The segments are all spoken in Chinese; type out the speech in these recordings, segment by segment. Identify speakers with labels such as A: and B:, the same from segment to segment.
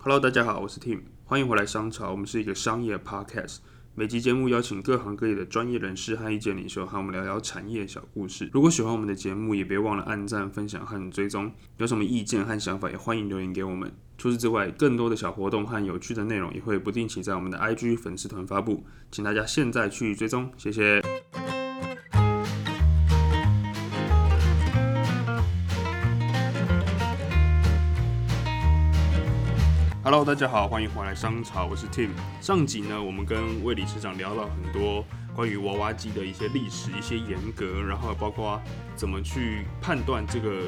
A: Hello，大家好，我是 Tim，欢迎回来商潮，我们是一个商业 Podcast。每集节目邀请各行各业的专业人士和意见领袖，和我们聊聊产业小故事。如果喜欢我们的节目，也别忘了按赞、分享和追踪。有什么意见和想法，也欢迎留言给我们。除此之外，更多的小活动和有趣的内容也会不定期在我们的 IG 粉丝团发布，请大家现在去追踪，谢谢。Hello，大家好，欢迎回来商潮，我是 Tim。上集呢，我们跟魏理事长聊了很多关于娃娃机的一些历史、一些严格，然后包括怎么去判断这个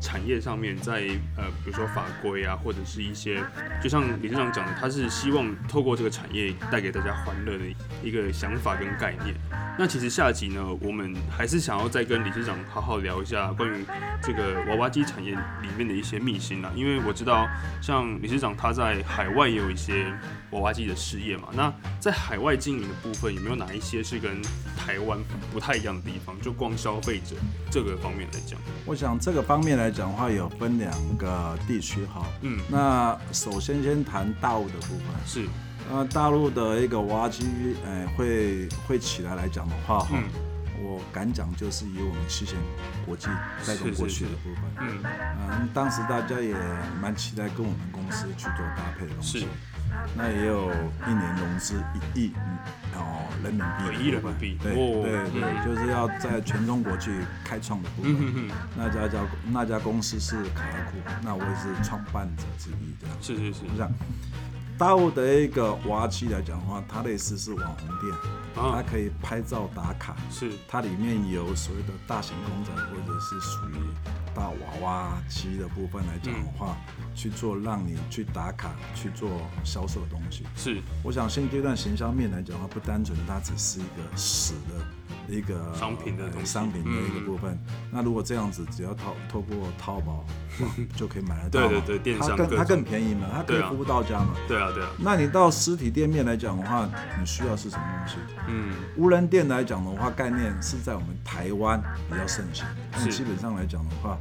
A: 产业上面在呃，比如说法规啊，或者是一些，就像理事长讲的，他是希望透过这个产业带给大家欢乐的一个想法跟概念。那其实下集呢，我们还是想要再跟理事长好好聊一下关于这个娃娃机产业里面的一些秘辛啦，因为我知道。像理事长他在海外也有一些娃娃机的事业嘛，那在海外经营的部分有没有哪一些是跟台湾不太一样的地方？就光消费者这个方面来讲，
B: 我想这个方面来讲的话，有分两个地区哈。
A: 嗯，
B: 那首先先谈大陆的部分。
A: 是，
B: 那大陆的一个娃娃机，呃，会会起来来讲的话哈，
A: 嗯
B: 我敢讲就是以我们七贤国际带动过去的部分。
A: 嗯
B: 嗯，当时大家也蛮期待跟我们公司去做搭配的东
A: 是
B: 西。那也有一年融资一亿嗯哦人民币的部分，
A: 一亿人民币
B: 对
A: 哦
B: 对
A: 嗯
B: 对，就是要在全中国去开创的部分。
A: 嗯哼哼，
B: 那家叫那家公司是卡拉库，那我也是创办者之一，这样。
A: 是是是
B: 我，想，大陆的一个娃娃机来讲的话，它类似是网红店，它
A: 啊，
B: 可以拍照打卡，
A: 是，
B: 它里面有所谓的大型公仔或者是属于大娃娃机的部分来讲的话，去做让你去打卡去做销售的东西。
A: 是，
B: 我想现阶段行销面来讲的话，不单纯它只是一个死的一个
A: 商品的东西嗯
B: 呃商品的一个部分。那如果这样子，只要淘透过淘 宝就可以买得到嘛，
A: 对对对电商
B: 它
A: 各种
B: 更它更便宜嘛，它可
A: 对
B: 以
A: 啊
B: 服务到家嘛。
A: 对啊对啊，
B: 那你到实体店面来讲的话，你需要是什么东西？
A: 嗯
B: 无人店来讲的话，概念是在我们台湾比较盛行，但
A: 是
B: 基本上来讲的话，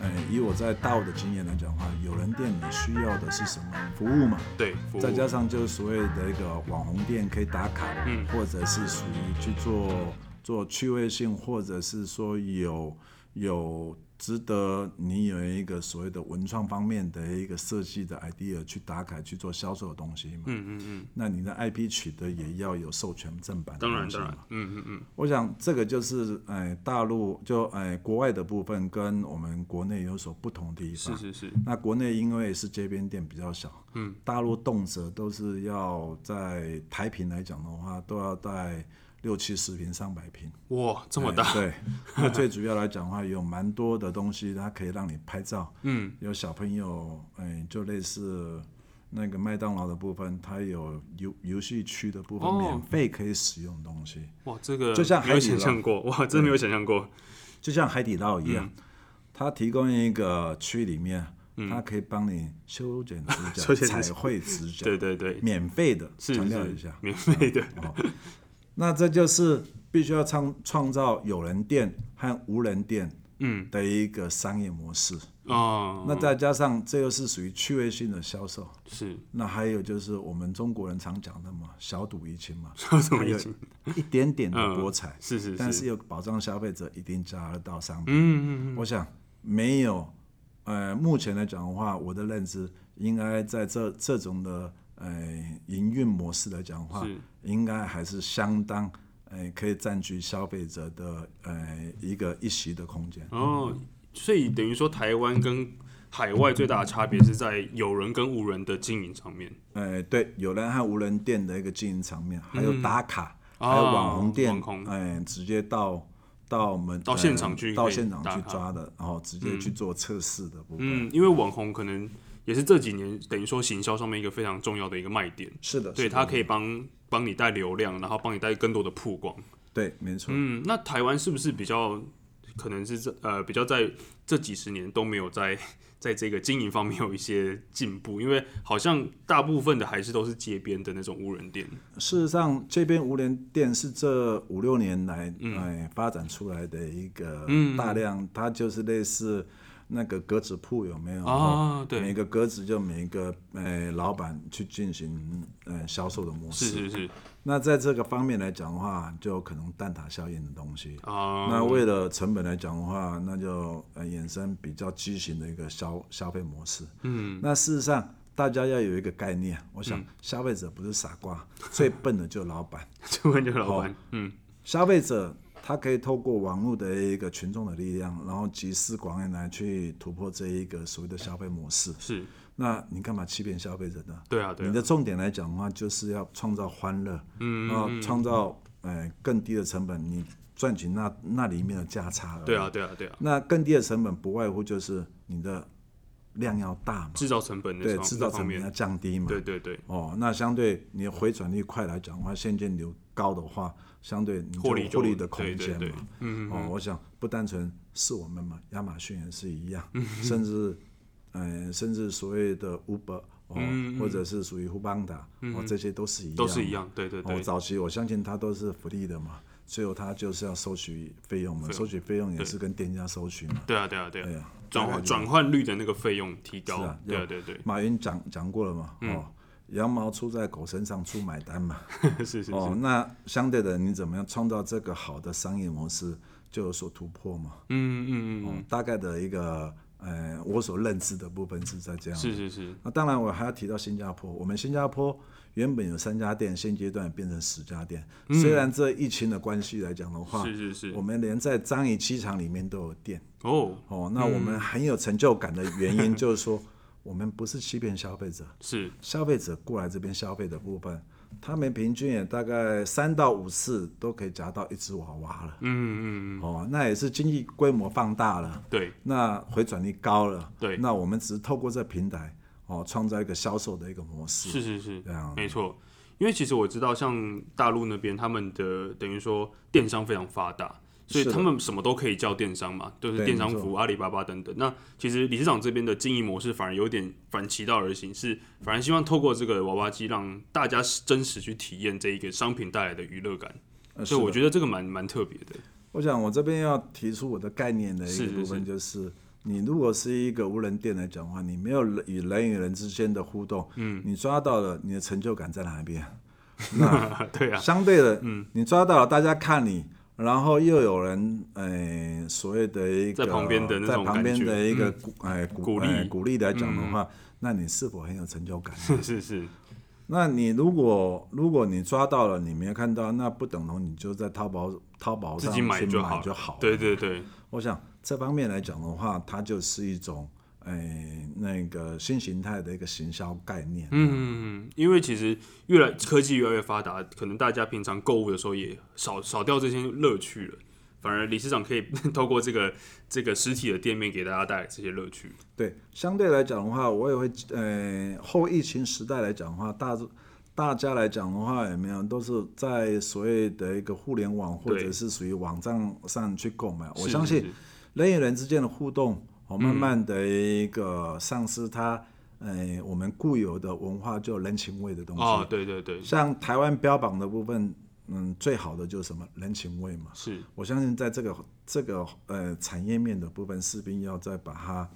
B: 呃，以我在大陆的经验来讲的话，有人店你需要的是什么服务嘛？
A: 对，服务
B: 再加上就是所谓的一个网红店可以打卡，
A: 嗯
B: 或者是属于去做做趣味性，或者是说有有值得你有一个所谓的文创方面的一个设计的 idea 去打卡去做销售的东西嘛。
A: 嗯嗯嗯，
B: 那你的 IP 取得也要有授权正版的
A: 当然
B: 东西
A: 当然
B: 嘛。，
A: 嗯嗯嗯，
B: 我想这个就是哎大陆就哎国外的部分跟我们国内有所不同的地
A: 是
B: 方。
A: 是是，
B: 那国内因为是街边店比较小，
A: 嗯，
B: 大陆动辄都是要在台平来讲的话，都要在六七十平、上百平。
A: 哇，这么
B: 哎
A: 大，
B: 对， 那最主要来讲的话，有蛮多的东西，它可以让你拍照。
A: 嗯，
B: 有小朋友，哎，就类似那个麦当劳的部分，它有游游戏区的部分，
A: 哦
B: 免费可以使用的东西。
A: 哇，这个
B: 就像
A: 没有
B: 海底
A: 想
B: 捞
A: 象过，哇，真的没有想象过，
B: 就像海底捞一样，
A: 嗯
B: 它提供一个区里面，它可以帮你修剪指甲、
A: 修剪指甲
B: 彩绘指 甲，
A: 对对对，
B: 免费的，
A: 是
B: 强调
A: 是
B: 一下。哦
A: 免 费的，
B: 那这就是必须要创创造有人店和无人店
A: 嗯
B: 的一个商业模式。
A: 哦，
B: 那再加上这又是属于趣味性的销售。
A: 是
B: 那还有就是我们中国人常讲的嘛，小赌怡情嘛，
A: 小赌怡情，嗯
B: 一点点的博彩，
A: 是是
B: 但
A: 是，
B: 是又保障消费者一定加得到商品。
A: 嗯嗯
B: 我想没有，呃，目前来讲的话，我的认知应该在这这种的呃营运模式来讲的话
A: 是，
B: 应该还是相当呃可以占据消费者的呃一个一席的空间。
A: 嗯，哦，所以等于说台湾跟海外最大的差别是在有人跟无人的经营上面，
B: 呃，对，有人和无人店的一个经营场面，还有打卡，
A: 哦
B: 还有网红店
A: 嗯网，红
B: 哎、直接到到我们
A: 到
B: 呃
A: 现场去可以
B: 到现场
A: 打
B: 去
A: 卡
B: 抓的，然后直接去做测试的部分。
A: 嗯，因为网红可能也是这几年等于说行销上面一个非常重要的一个卖点，
B: 是的，
A: 对，
B: 是的
A: 它可以帮帮你带流量，然后帮你带更多的曝光，
B: 对，没错。
A: 嗯，那台湾是不是比较可能是这呃比较在这几十年都没有在 在这个经营方面有一些进步？因为好像大部分的还是都是街边的那种无人店。
B: 事实上，这边无人店是这
A: 嗯
B: 五六年来哎、发展出来的一个大量，它就是类似那个格子铺有没有？
A: 啊，对，
B: 每个格子就每一个呃老板去进行呃销售的模式。
A: 是是是
B: 那在这个方面来讲的话，就可能蛋挞效应的东西。
A: 啊，
B: 那为了成本来讲的话，那就呃衍生比较畸形的一个消消费模式。嗯，那事实上大家要有一个概念，我想消费者不是傻瓜，最笨的就是老板。
A: 就问这个老
B: 哦
A: 板，嗯，
B: 消费者他可以透过网络的一个群众的力量，然后集思广益来去突破这一个所谓的消费模式。
A: 是
B: 那你干嘛欺骗消费者呢？
A: 对啊，对
B: 你
A: 啊，
B: 的重点来讲的话，就是要创造欢乐，嗯，然后创造呃更低的成本，你赚取那那里面的价差而已。
A: 对啊，对啊，对啊，
B: 那更低的成本不外乎就是你的量要大嘛，
A: 制造成本的
B: 对，
A: 方
B: 制造
A: 方
B: 成本
A: 面，
B: 要降低嘛。
A: 对对对，
B: 哦，那相对你的回转率快来讲的话，现金流高的话，相对你就
A: 获利就
B: 获利的
A: 对
B: 空
A: 对
B: 间
A: 对
B: 嘛。嗯哦，我想不单纯是我们嘛，亚马逊也是一样，
A: 嗯
B: 甚至呃，甚至所谓的 Uber 哦，
A: 嗯
B: 或者是属于 h u b a n d a 哦，这些都是一样，
A: 都是一。样，对对
B: 哦，
A: 对，
B: 早期我相信它都是福利的嘛，最后它就是要收取费用嘛，收取费用也是跟店家收取嘛。
A: 对啊，对啊，对
B: 对
A: 啊
B: 啊，
A: 转换转换率的那个费用提
B: 是
A: 高
B: 啊，
A: 对啊，对嗯对，
B: 马云讲讲过了嘛，哦，羊毛出在狗身上，出买单嘛。
A: 是是
B: 哦，那相对的，你怎么样创造这个好的商业模式，就有所突破嘛？
A: 嗯嗯嗯，
B: 哦，大概的一个呃，我所认知的部分是在这样。
A: 是是是，
B: 那当然，我还要提到新加坡。我们新加坡原本有三家店，现阶段变成十家店。虽然这疫情的关系来讲的话，
A: 嗯是是是
B: 我们连在樟宜机场里面都有店。
A: 哦，
B: 哦，那我们很有成就感的原 因就是说，我们不是欺骗消费者，
A: 是
B: 消费者过来这边消费的部分，他们平均也大概三到五次都可以夹到一只娃娃了。
A: 嗯嗯嗯，
B: 哦，那也是经济规模放大了，
A: 对，
B: 那回转率高了。
A: 对
B: 那我们只是透过这平台哦，创造一个销售的一个模式。
A: 是是是
B: 这样，
A: 没错。因为其实我知道，像大陆那边，他们的等于说电商非常发达，所以
B: 是的
A: 他们什么都可以叫电商嘛，就是
B: 对
A: 电商
B: 没错
A: 服务、阿里巴巴等等。那其实理事长这边的经营模式反而有点反其道而行，是反而希望透过这个娃娃机，让大家真实去体验这一个商品带来的娱乐感。
B: 呃
A: 所以
B: 是
A: 我
B: 的
A: 觉得这个蛮蛮特别的。
B: 我想我这边要提出我的概念的一
A: 是
B: 个
A: 是
B: 部分，就是你如果是一个无人店来讲的话，你没有人与人与人之间的互动，嗯，你抓到了你的成就感在哪边？
A: 啊 对啊，
B: 相对的，嗯，你抓到了，大家看你，然后又有人，呃，所谓的一个
A: 在旁边的那
B: 在
A: 种
B: 旁
A: 感
B: 边
A: 觉嗯
B: 的一个鼓，哎，
A: 鼓
B: 鼓
A: 励嗯
B: 哎鼓励来讲的话，那你是否很有成就感？
A: 是是是，
B: 那你如果如果你抓到了，你没有看到，那不等同你就在淘宝淘宝
A: 自
B: 上
A: 己
B: 去
A: 买
B: 买
A: 就好了，
B: 好了
A: 对对对，
B: 我想这方面来讲的话，它就是一种，哎，那个新形态的一个行销概念。
A: 嗯，因为其实越来科技越来越发达，可能大家平常购物的时候也少少掉这些乐趣了，反而理事长可以 透过这个这个实体的店面给大家带来这些乐趣。
B: 对，相对来讲的话，我也会呃，后疫情时代来讲的话，大大家来讲的话，有没有都是在所谓的一个互联网或
A: 对
B: 者是属于网站上去购买？我
A: 是
B: 相
A: 是嗯
B: 信人与人之间的互动，哦，慢慢的一个丧失它，呃，我们固有的文化就人情味的东西。
A: 哦，对对对，
B: 像台湾标榜的部分，嗯，最好的就是什么人情味嘛。
A: 是
B: 我相信在这个这个呃产业面的部分，势必要再把它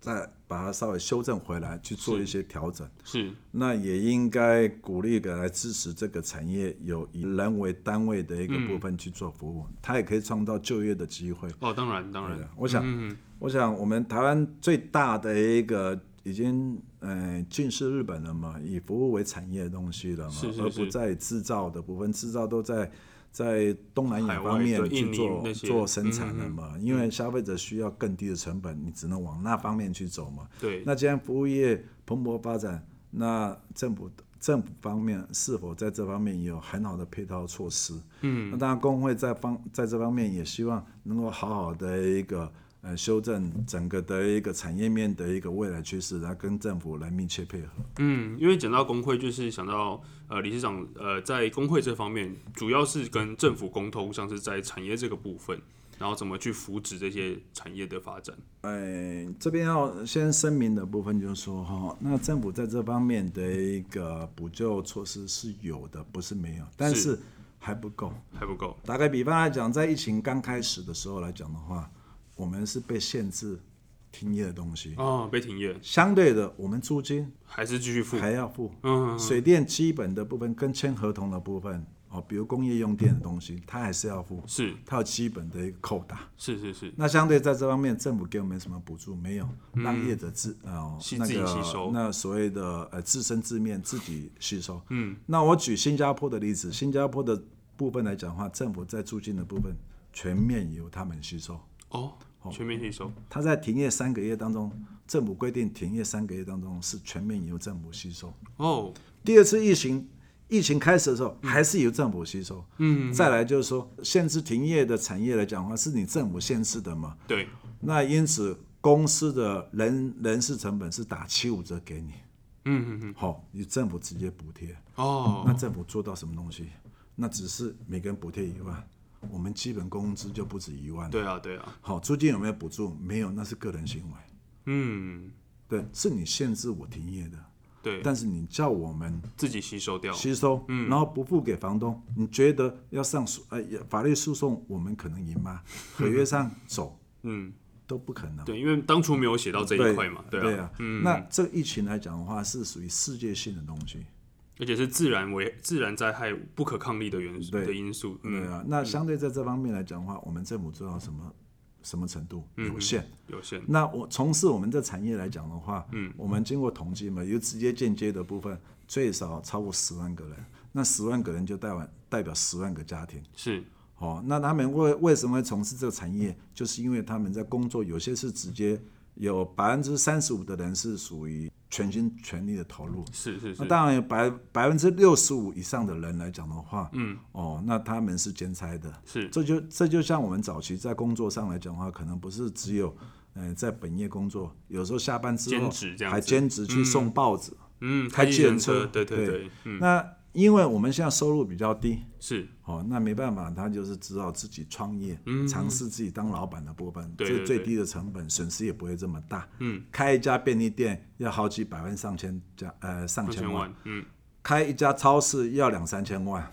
B: 再把它稍微修正回来，去做一些调整。
A: 是
B: 那也应该鼓励的来支持这个产业，有以人为单位的一个部分去做服务，它也可以创造就业的机会。
A: 哦，当然嗯当然，
B: 我想，我想我们台湾最大的一个已经呃近似日本了嘛，以服务为产业的东西了嘛，
A: 是是
B: 而
A: 是
B: 不在制造的部分，制造都在在东南
A: 海
B: 亚
A: 外
B: 方面
A: 对印
B: 去
A: 尼
B: 做
A: 那些嗯
B: 做生产了嘛，因为消费者需要更低的成本，你只能往那方面去走嘛。
A: 对，
B: 那既然服务业蓬勃发展，那政府政府方面是否在这方面有很好的配套措施？嗯，那当然工会在方在这方面也希望能够好好的一个呃修正整个的一个产业面的一个未来趋势，然后跟政府来密切配合。
A: 嗯，因为讲到工会，就是想到呃，理事长呃，在工会这方面，主要是跟政府沟通，像是在产业这个部分，然后怎么去扶植这些产业的发展。
B: 呃，这边要先声明的部分就是说哈，那政府在这方面的一个补救措施是有的，不是没有，但
A: 是
B: 是还不够。
A: 还不够，
B: 打个比方来讲，在疫情刚开始的时候来讲的话，我们是被限制停业的东西。
A: 哦，被停业
B: 相对的，我们租金
A: 还是继续付，
B: 还要付，
A: 嗯，
B: 水电基本的部分跟签合同的部分哦，比如工业用电的东西，它还是要付，
A: 是
B: 它有基本的一个扣打。
A: 是是是，
B: 那相对在这方面，政府给我们什么补助没有？让业者自呃
A: 嗯吸
B: 那
A: 自己
B: 个
A: 吸收
B: 那所谓的呃自生自灭，自己吸收。
A: 嗯，
B: 那我举新加坡的例子，新加坡的部分来讲的话，政府在租金的部分全面由他们吸收。
A: 哦，全面吸收，
B: 他在停业三个月当中，政府规定停业三个月当中是全面由政府吸收。
A: 哦，
B: 第二次疫情，疫情开始的时候
A: 嗯
B: 还是由政府吸收。嗯，再来就是说，限制停业的产业来讲的话，是你政府限制的嘛？
A: 对，
B: 那因此公司的人人事成本是打七五折给你，
A: 嗯嗯嗯，
B: 好、你政府直接补贴。
A: 哦，
B: 那政府做到什么东西？那只是每个人补贴一万，我们基本工资就不止一万。
A: 对啊对啊，
B: 好，租金有没有补助？没有，那是个人行为。
A: 嗯，
B: 对，是你限制我停业的，
A: 对，
B: 但是你叫我们
A: 自己吸收掉，
B: 吸收，
A: 嗯
B: 然后不付给房东，你觉得要上诉呃法律诉讼，我们可能 赢吗？合约上走
A: 嗯，
B: 都不可能。
A: 对，因为当初没有写到这一块嘛，
B: 对
A: 啊，
B: 啊，那这疫情来讲的话，是属于世界性的东西。
A: 而且是自然为自然灾害不可抗力的元素
B: 对
A: 的因素，
B: 对
A: 嗯，
B: 啊，那相对在这方面来讲的话，我们政府做到什么什么程度
A: 嗯
B: 有限？
A: 有限，
B: 那我从事我们这产业来讲的话，嗯，我们经过统计嘛，有直接间接的部分，最少超过十万个人。那十万个人就代完代表十万个家庭。
A: 是
B: 哦，那他们为为什么会从事这个产业？就是因为他们在工作，有些是直接有百分之三十五的人是属于全心全力的投入。
A: 是是
B: 那
A: 是，
B: 当然有百百分之六十五以上的人来讲的话，嗯，哦，那他们是兼差的，
A: 是
B: 这就这就像我们早期在工作上来讲的话，可能不是只有，呃，在本业工作，有时候下班之后
A: 兼职这样子
B: 还兼职去送报纸。
A: 嗯，
B: 开
A: 开
B: 计
A: 计
B: 程
A: 程
B: 车
A: 车，对对
B: 对
A: 对，嗯，
B: 那因为我们现在收入比较低，
A: 是
B: 哦，那没办法，他就是只好自己创业，尝试自己当老板的部分，
A: 嗯对
B: 这
A: 对
B: 最
A: 对
B: 低的成本，损失也不会这么大。
A: 嗯，
B: 开一家便利店要好几百万、上千家，呃，上
A: 三
B: 千
A: 千
B: 万。
A: 万，嗯，
B: 开一家超市要两三千万，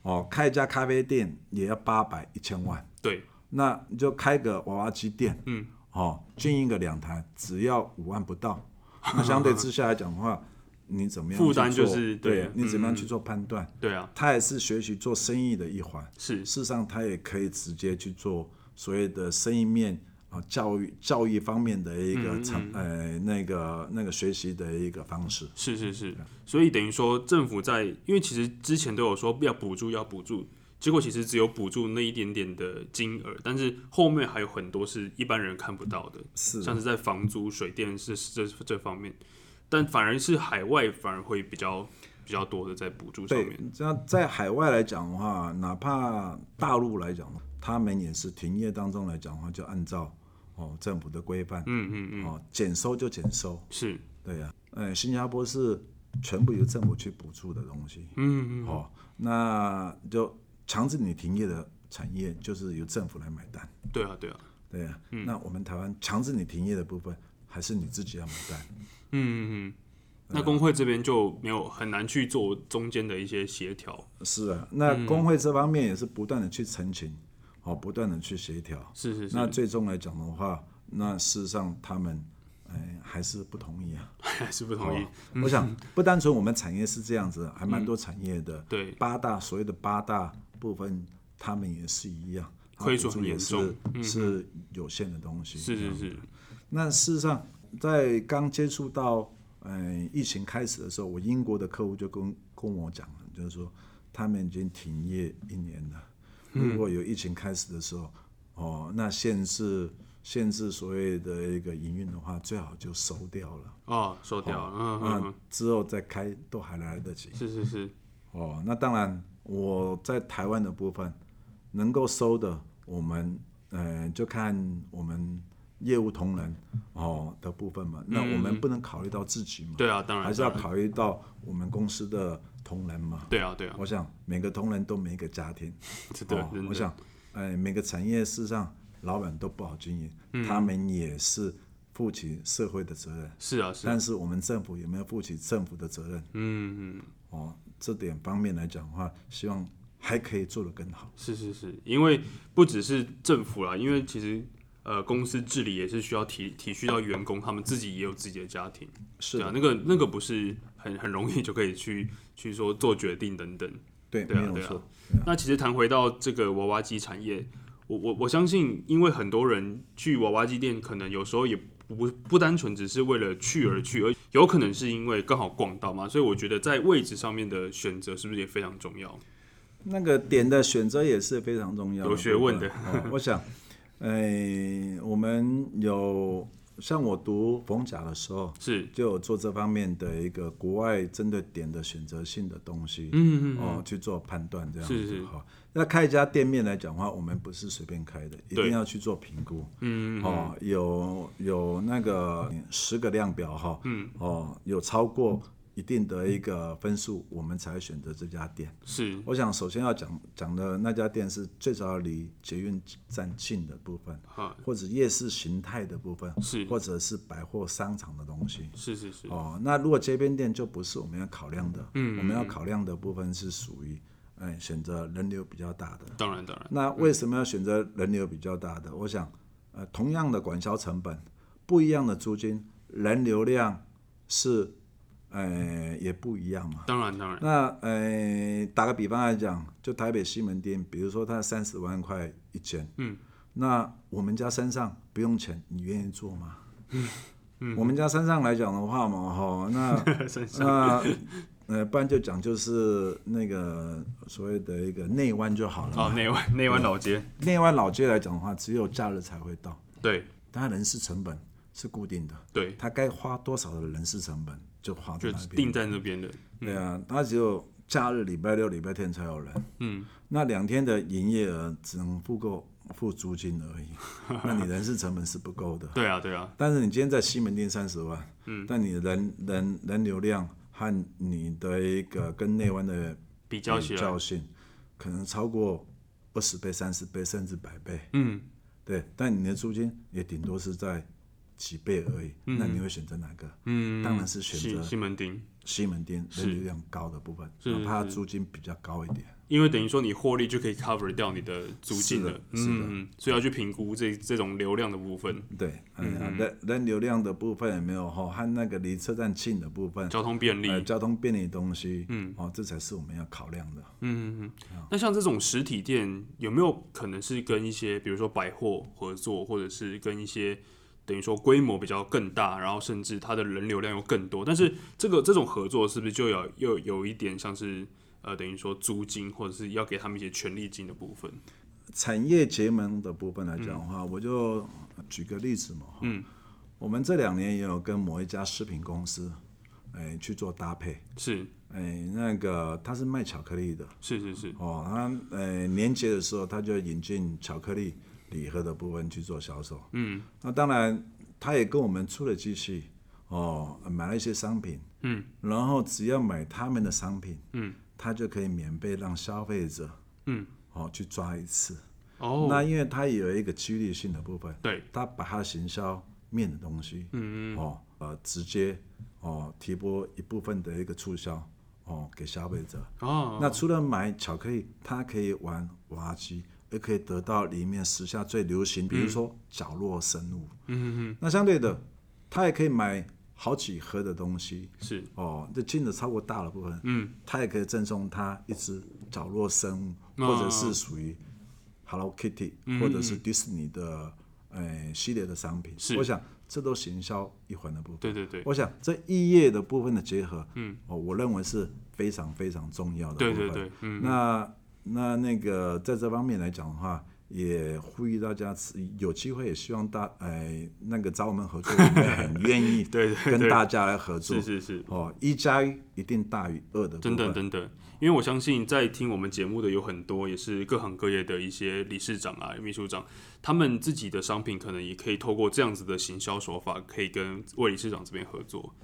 B: 哦，开一家咖啡店也要八百一千万，
A: 对，
B: 那你就开个娃娃机店，
A: 嗯，
B: 哦，经营个两台，只要五万不到，那相对之下来讲 的话，你怎么样去
A: 负担就
B: 做
A: 是
B: 对
A: 对，嗯
B: 你怎么样去做判断？
A: 对啊，
B: 它也是学习做生意的一环，
A: 是
B: 事实上它也可以直接去做所谓的生意面啊、教育教育方面的一个成、
A: 嗯
B: 呃那个那个学习的一个方式。
A: 是是是，所以等于说政府在，因为其实之前都有说要补助要补助，结果其实只有补助那一点点的金额，但是后面还有很多是一般人看不到的，
B: 是
A: 像是在房租、水电是这这方面，但反而是海外反而会比较比较多的在补助上
B: 对
A: 面，，
B: 这样在海外来讲的话，哪怕大陆来讲，他们也是停业当中来讲的话，就按照哦政府的规范，
A: 嗯嗯嗯，
B: 哦减收就减收，
A: 是，
B: 对呀、呃，新加坡是全部由政府去补助的东西，
A: 嗯嗯，
B: 哦，那就强制你停业的产业就是由政府来买单，
A: 对啊对啊，
B: 对呀、那我们台湾强制你停业的部分还是你自己要买单，
A: 嗯嗯嗯。那工会这边就没有很难去做中间的一些协调，
B: 是啊，
A: 嗯
B: 那工会这方面也是不断的去澄清，哦，不断的去协调。
A: 是是是，
B: 那最终来讲的话，那事实上他们，哎，还是不同意啊。
A: 还是不同意
B: 哦，我想不单纯我们产业是这样子，还
A: 嗯
B: 蛮多产业的。
A: 对
B: 八大所谓的八大部分，他们也是一样，
A: 亏损
B: 它补助也是
A: 很嗯
B: 是有限的东西。
A: 是是是，
B: 那事实上，在刚接触到嗯、疫情开始的时候，我英国的客户就跟跟我讲了，就是说他们已经停业一年了。
A: 嗯
B: 如果有疫情开始的时候，哦，那限制限制所谓的一个营运的话，最好就收掉了。
A: 哦，收掉了，嗯嗯
B: 那之后再开都还来得及
A: 嗯，。是是是，
B: 哦，那当然，我在台湾的部分能够收的，我们呃就看我们业务同仁哦的部分嘛。那我们不能考虑到自己嘛，
A: 嗯对啊，当然
B: 还是要
A: 当然
B: 考虑到我们公司的同仁嘛。
A: 对啊对啊，
B: 我想每个同仁都每个家庭，
A: 是的
B: 哦，
A: 真的
B: 我想，呃，每个产业事实上老板都不好经营，
A: 嗯
B: 他们也是负起社会的责任。
A: 是啊是啊，
B: 但是我们政府有没有负起政府的责任？
A: 嗯嗯，
B: 哦，这点方面来讲的话，希望还可以做得更好。
A: 是是是，因为不只是政府啦，因为其实呃公司治理也是需要体体恤到员工，他们自己也有自己的家庭，
B: 是
A: 对啊
B: 的，，
A: 那个那个不是很很容易就可以去去说做决定等等。
B: 对，
A: 对啊
B: 没有
A: 对啊
B: 错，
A: 那其实谈回到这个娃娃机产业，我我我相信，因为很多人去娃娃机店，可能有时候也不不单纯只是为了去而去，而有可能是因为刚好逛到嘛，所以我觉得在位置上面的选择是不是也非常重要？
B: 那个点的选择也是非常重要的，
A: 有学问的
B: 哦我想，哎，我们有像我读逢甲的时候，
A: 是，
B: 就有做这方面的一个国外针对点的选择性的东西，
A: 嗯嗯嗯，
B: 哦，去做判断这样子。
A: 是是
B: 好，那开一家店面来讲的话，我们不是随便开的，一
A: 对
B: 定要去做评估。
A: 嗯嗯
B: 哦，有有那个十个量表哈，嗯，哦，有超过一定的一个分数，我们才选择这家店。
A: 是
B: 我想首先要讲讲的那家店是最早离捷运站近的部分，
A: 啊，
B: 或者夜市形态的部分，
A: 是
B: 或者是百货商场的东西。
A: 是是是，
B: 哦，那如果街边店就不是我们要考量的，嗯，我们要考量的部分是属于，哎，选择人流比较大的。
A: 当然当然，
B: 那为什么要选择人流比较大的？我想，呃，同样的管销成本，不一样的租金，人流量是，呃，也不一样嘛。
A: 当然当然，
B: 那呃，打个比方来讲，就台北西门町，比如说它三十万块一间，
A: 嗯，
B: 那我们家山上不用钱，你愿意做吗？嗯，我们家山上来讲的话嘛，哈，那
A: 山
B: 那呃，不然就讲就是那个所谓的一个内湾就好了嘛。
A: 哦，内湾内湾老街，
B: 内湾老街来讲的话，只有假日才会到，
A: 对
B: 但它人事成本是固定的，
A: 对，
B: 它该花多少的人事成本就花在
A: 就
B: 那边。
A: 定在那边的，
B: 对啊，它只有假日、礼拜六、礼拜天才有人。
A: 嗯，
B: 那两天的营业额只能付够付租金 而已，那你人事成本是不够的。
A: 对啊对啊，
B: 但是你今天在西门町三十万，嗯，但你人人人流量和你的一个跟内湾的
A: 比较起
B: 比
A: 来，
B: 较性，可能超过二十倍、三十倍甚至百倍。
A: 嗯，
B: 对，但你的租金也顶多是在几倍而已。那你会选择哪个？
A: 嗯，
B: 当然是选
A: 西
B: 择
A: 西门町。
B: 西门町人流量高的部分，
A: 是
B: 哪怕租金比较高一点。
A: 因为等于说你获利就可以 cover 掉你的租金了，
B: 是的是的
A: 嗯，所以要去评估这这种流量的部分，
B: 对，嗯，啊人人流量的部分有没有哈？和那个离车站近的部分，
A: 交通便利，
B: 呃，
A: 嗯
B: 交通便利的东西，嗯，哦，这才是我们要考量的。
A: 嗯嗯嗯。那像这种实体店有没有可能是跟一些比如说百货合作，或者是跟一些等于说规模比较更大，然后甚至它的人流量又更多，但
B: 嗯
A: 是这个这种合作是不是就要又有一点像是呃等于说租金或者是要给他们一些权利金的部分？
B: 产业结盟的部分来讲的话，我就举个例子嘛，嗯，我们这两年也有跟某一家食品公司，哎，去做搭配，
A: 是
B: 哎，那个他是卖巧克力的，
A: 是是是，
B: 哦，他呃年节的时候，他就引进巧克力礼盒的部分去做销售。嗯，那当然，他也跟我们出了机器，哦，买了一些商品。嗯，然后只要买他们的商品，嗯，他就可以免费让消费者，
A: 嗯，
B: 哦，去抓一次。
A: 哦，
B: 那因为它也有一个激励性的部分，
A: 对，
B: 他把它行销面的东西，嗯嗯，哦，呃，直接哦提拨一部分的一个促销，哦，给消费者。
A: 哦，
B: 那除了买巧克力，它可以玩娃娃机，也可以得到里面时下最流行，比如说角落生物。嗯嗯。那相对的，它也可以买好几盒的东西
A: 是
B: 哦，这金额超过大的部分，
A: 嗯，
B: 它也可以赠送它一只角落生物，
A: 哦嗯
B: 或者是属于 Hello Kitty，、或者是迪士尼的呃系列的商品。
A: 是
B: 我想这都行销一环的部分。
A: 对对对。
B: 我想这异业的部分的结合，嗯，哦，我认为是非常非常重要的部
A: 对
B: 分。
A: 对对，嗯，
B: 那那那个在这方面来讲的话，也呼吁大家是有机会也希望大哎那个找我们合作，我们也很愿 意
A: 对对对
B: 跟大家来合作
A: 是。是是，
B: 哦，一加一一定大于二的部
A: 真
B: 分。
A: 的真的，因为我相信在听我们节目的有很多也是各行各业的一些理事长啊、秘书长，他们自己的商品可能也可以透过这样子的行销手法，可以跟魏理事长这边合作。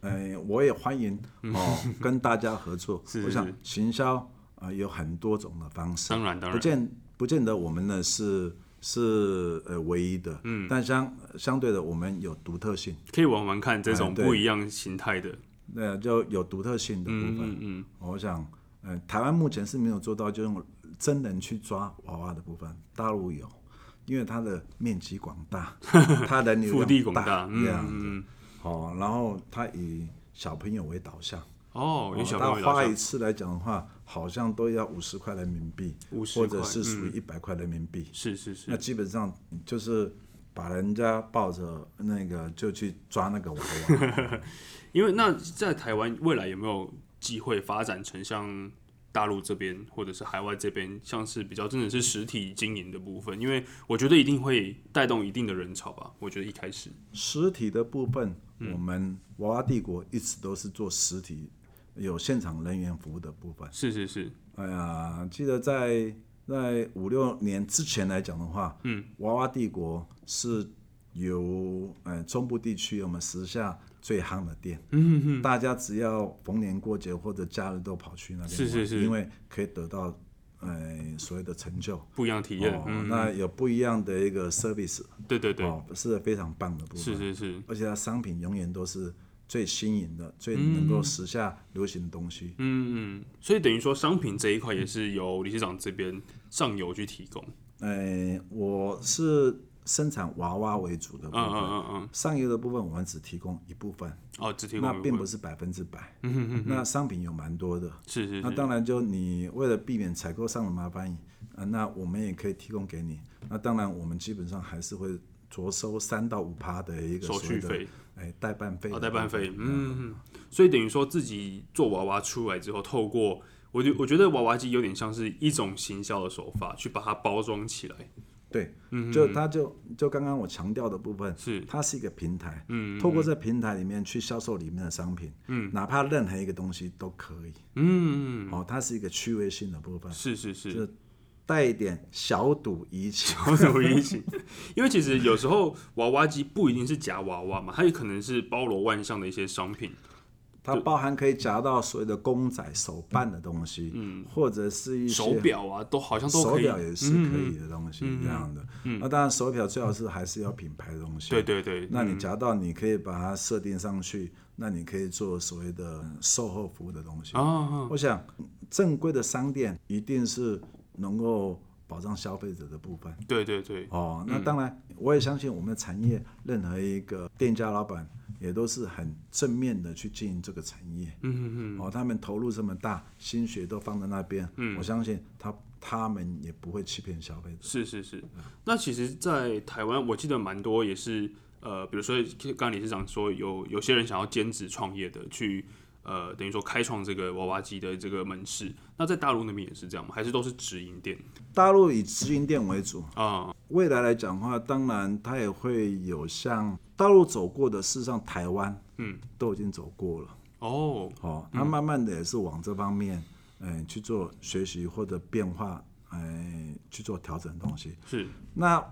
B: 哎，我也欢迎哦跟大家合作。
A: 嗯 是
B: 我想
A: 是
B: 行销啊、呃有很多种的方式。
A: 当然当
B: 不
A: 然，
B: 见不见得我们呢是是呃唯一的，嗯，但相相对的我们有独特性，
A: 可以玩玩看这种
B: 哎对
A: 不一样形态的。
B: 那、就有独特性的部分。
A: 嗯嗯，
B: 我想，呃，台湾目前是没有做到就用真人去抓娃娃的部分，大陆有，因为它的面积广大， 它人流
A: 腹地广
B: 量
A: 大，
B: 这样子。
A: 嗯，嗯
B: 哦，然后它以小朋友为导向，
A: 哦，有小
B: 它
A: 朋友
B: 花
A: 的
B: 一次来讲的话，好像都要五十块人民币，
A: 50
B: 或者是
A: 块
B: 属于一百块人民币。
A: 是是
B: 那
A: 是，
B: 基本上就是把人家抱着那个就去抓那个娃娃。
A: 因为那在台湾未来有没有机会发展成像大陆这边或者是海外这边，像是比较真的是实体经营的部分？因为我觉得一定会带动一定的人潮吧。我觉得一开始
B: 实体的部分，
A: 嗯
B: 我们娃娃帝国一直都是做实体，有现场人员服务的部分。
A: 是是是，
B: 哎呀，记得在在五六年之前来讲的话，嗯，娃娃帝国是由呃中部地区我们时下最夯的店，嗯哼大家只要逢年过节或者假日都跑去那边玩，
A: 是是是
B: 因为可以得到呃所谓的成就，
A: 不一样的体验。
B: 哦，
A: 嗯，
B: 那有不一样的一个 service，
A: 对对对，
B: 哦，是非常棒的部分，
A: 是是是，
B: 而且它商品永远都是最新颖的、最
A: 嗯
B: 能够时下流行的东西，
A: 嗯嗯，所以等于说商品这一块也是由理事长这边上游去提供。
B: 呃，我是生产娃娃为主的部分，
A: 嗯嗯嗯嗯，
B: 上游的部分我们只提供一部分，
A: 哦，只提供
B: 那
A: 一部
B: 并
A: 分
B: 不是百分之百。嗯嗯那商品有蛮多的，
A: 是是
B: 那
A: 是，
B: 当然就你为了避免采购上的麻烦，呃，那我们也可以提供给你。那当然，我们基本上还是会着收三到五趴的一个
A: 手续
B: 所谓的，
A: 费。
B: 哎，代办费
A: 啊，
B: 的
A: 代
B: 部分，
A: 办费，嗯，所以等于说自己做娃娃出来之后，透过我觉我觉得娃娃机有点像是一种行销的手法，去把它包装起来，
B: 对，
A: 嗯
B: 就它就就刚刚我强调的部分，
A: 是
B: 它是一个平台，嗯，透过这平台里面去销售里面的商品，嗯，哪怕任何一个东西都可以，嗯，哦，它是一个趣味性的部分，
A: 是是是，
B: 是带一点小赌怡 情，
A: 包容一起。因为其实有时候娃娃机不一定是夹娃娃嘛，它也可能是包罗万象的一些商品，
B: 它包含可以夹到所有的公仔、手办的东西，嗯，或者是一些
A: 手表啊，都好像都
B: 手
A: 可以。嗯
B: 表也是可以的东西，这样的。那当然，手表最好是还是要品牌的东西，
A: 对嗯对对，
B: 那你夹到，你可以把它设定上去，那你可以做所谓的售后服务的东西。
A: 啊，
B: 我想，正规的商店一定是能够保障消费者的部分。
A: 对对对，
B: 哦，那当然，我也相信我们的产业任何一个店家老板也都是很正面的去经营这个产业。嗯嗯嗯。哦，他们投入这么大，心血都放在那边，我相信他他们也不会欺骗消费者。
A: 是是是，那其实，在台湾，我记得蛮多也是，呃，比如说刚刚理事长说有有些人想要兼职创业的，去呃，等于说开创这个娃娃机的这个门市。那在大陆那边也是这样吗？还是都是直营店
B: 大陆以直营店为主，
A: 啊、
B: 未来来讲的话，当然它也会有像大陆走过的，事实上台湾嗯都已经走过了，
A: 哦，
B: 哦，它慢慢的也是往这方面，嗯、去做学习或者变化，哎、去做调整的东西。
A: 是
B: 那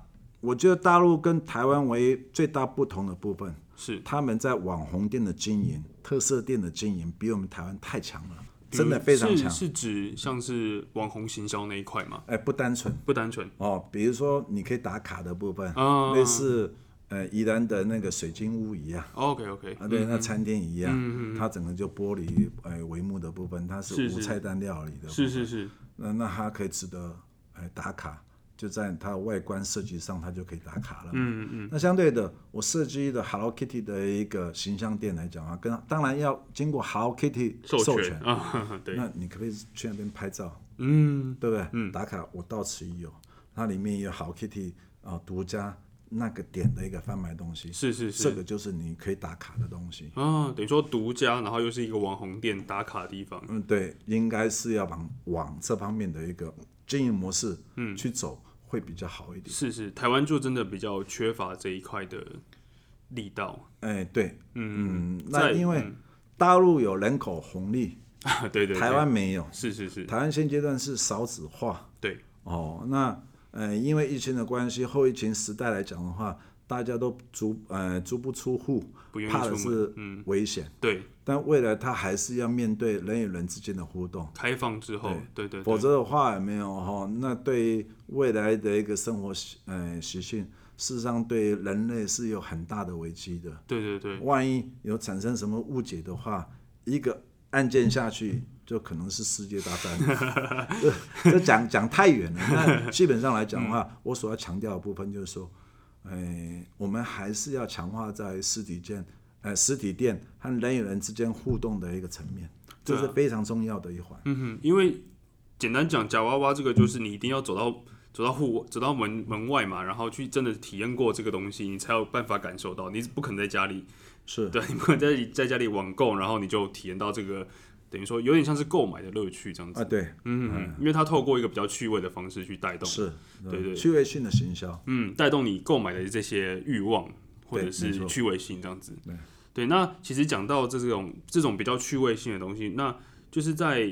B: 我觉得大陆跟台湾为最大不同的部分，
A: 是，
B: 他们在网红店的经营、特色店的经营比我们台湾太强了，真的非常
A: 嗯是
B: 强，
A: 是指像是网红行销那一块嘛，
B: 哎、不单纯。
A: 不单纯
B: 哦，比如说你可以打卡的部分，
A: 啊
B: 类似呃宜兰的那个水晶屋一样
A: ，OK OK，
B: 啊，对，那餐厅一
A: 嗯
B: 样，它整个就玻璃呃帷幕的部分，它
A: 是
B: 是
A: 是
B: 无菜单料理的部分，
A: 嗯是是是，
B: 那那它可以值得呃打卡，就在它的外观设计上，它就可以打卡了。嗯嗯。那相对的，我设计的 Hello Kitty 的一个形象店来讲啊，跟当然要经过 Hello Kitty
A: 授
B: 授
A: 权啊， 呵呵对，
B: 那你可不可以去那边拍照？
A: 嗯，
B: 对不对？打卡我到此一游，它里面有好 Kitty 啊、独家那个点的一个贩卖东西，
A: 是是是
B: 这个就是你可以打卡的东西。
A: 啊，等于说独家，然后又是一个网红店打卡的地方，
B: 嗯，对，应该是要往往这方面的一个经营模式，嗯，去走会比较好一点。
A: 是是，台湾就真的比较缺乏这一块的力道。
B: 哎，对，嗯，那
A: 在
B: 因为大陆有人口红利，
A: 啊， 对对对
B: 台湾没有，
A: 是是是，
B: 台湾现阶段是少子化，
A: 对，
B: 哦，那呃，因为疫情的关系，后疫情时代来讲的话，大家都足呃足不出户
A: 不愿，意
B: 怕
A: 出
B: 的
A: 门嗯
B: 是危险。
A: 对，
B: 但未来他还是要面对人与人之间的互动，
A: 开放之后，对对
B: 否
A: 对，
B: 则的话也没有哈、那对未来的一个生活习呃习性，事实上对人类是有很大的危机的。
A: 对对对，
B: 万一有产生什么误解的话，一个案件下去，就可能是世界大战。 这这讲讲太远了。那基本上来讲的话，
A: 嗯
B: 我所要强调的部分就是说，哎，我们还是要强化在实体店、呃实体店和人与人之间互动的一个层面，这是非常重要的一环。
A: 啊嗯哼，因为简单讲，夹娃娃这个就是你一定要走到走到户走到门门外嘛，然后去真的体验过这个东西，你才有办法感受到。你不可能在家里，
B: 是
A: 对，你不可能在在家里网购，然后你就体验到这个，等于说有点像是购买的乐趣这样子。
B: 啊，对，
A: 嗯哼，因为它透过一个比较趣味的方式去带动，
B: 是，嗯
A: 对对
B: 趣味性的行销。
A: 嗯，带动你购买的这些欲望或者
B: 对没
A: 是
B: 错
A: 趣味性这样子
B: 对。
A: 对，那其实讲到这种这种比较趣味性的东西，那就是在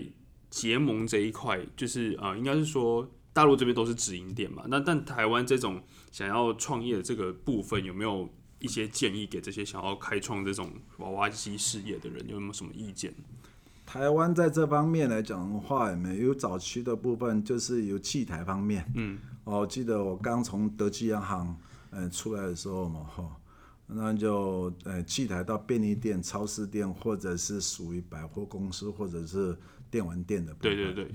A: 结盟这一块，就是呃，应该是说大陆这边都是直营店嘛，那但台湾这种想要创业的这个部分，有没有一些建议给这些想要开创这种娃娃机事业的人？有没有什么意见？
B: 台湾在这方面来讲的话，没有早期的部分，就是有器材方面。嗯，哦，我记得我刚从德基洋行呃出来的时候嘛，哈、那就呃器材到便利店、超市店，或者是属于百货公司或者是电玩店的部分。
A: 对对对，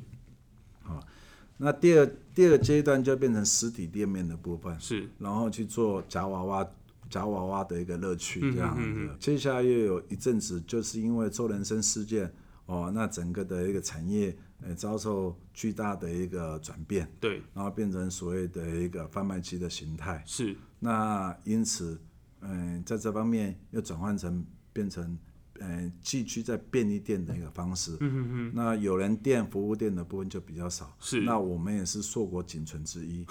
B: 那第二第二阶段就变成实体店面的部分。
A: 是
B: 然后去做夹娃娃、夹娃娃的一个乐趣这样子。接下来又有一阵子，就是因为周人生事件，哦，那整个的一个产业呃遭受巨大的一个转变，
A: 对
B: 然后变成所谓的一个贩卖机的形态。
A: 是，
B: 那因此，嗯、在这方面又转换成变成。嗯，寄居在便利店的一个方式，嗯嗯嗯，那有人店、服务店的部分就比较少，
A: 是
B: 那我们也是硕果仅存之 一，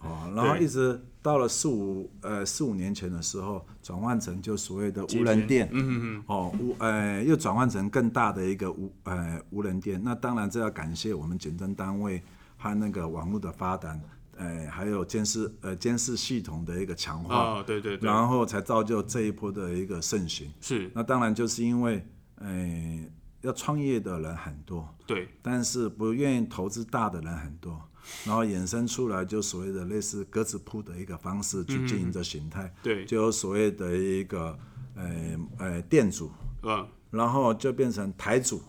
B: 哦，然后一直到了四五呃四五年前的时候，转换成就所谓的无人店，嗯嗯嗯，哦无呃又转换成更大的一个无呃无人店，那当然这要感谢我们检侦单位和那个网络的发展，呃还有监视呃监视系统的一个强化，
A: 啊、对对对，
B: 然后才造就这一波的一个盛行。
A: 是
B: 那当然就是因为，呃，要创业的人很多，
A: 对
B: 但是不愿意投资大的人很多，然后衍生出来就所谓的类似格子铺的一个方式去经营这形态，
A: 对，
B: 就有所谓的一个呃呃店主，
A: 嗯
B: 然后就变成台主，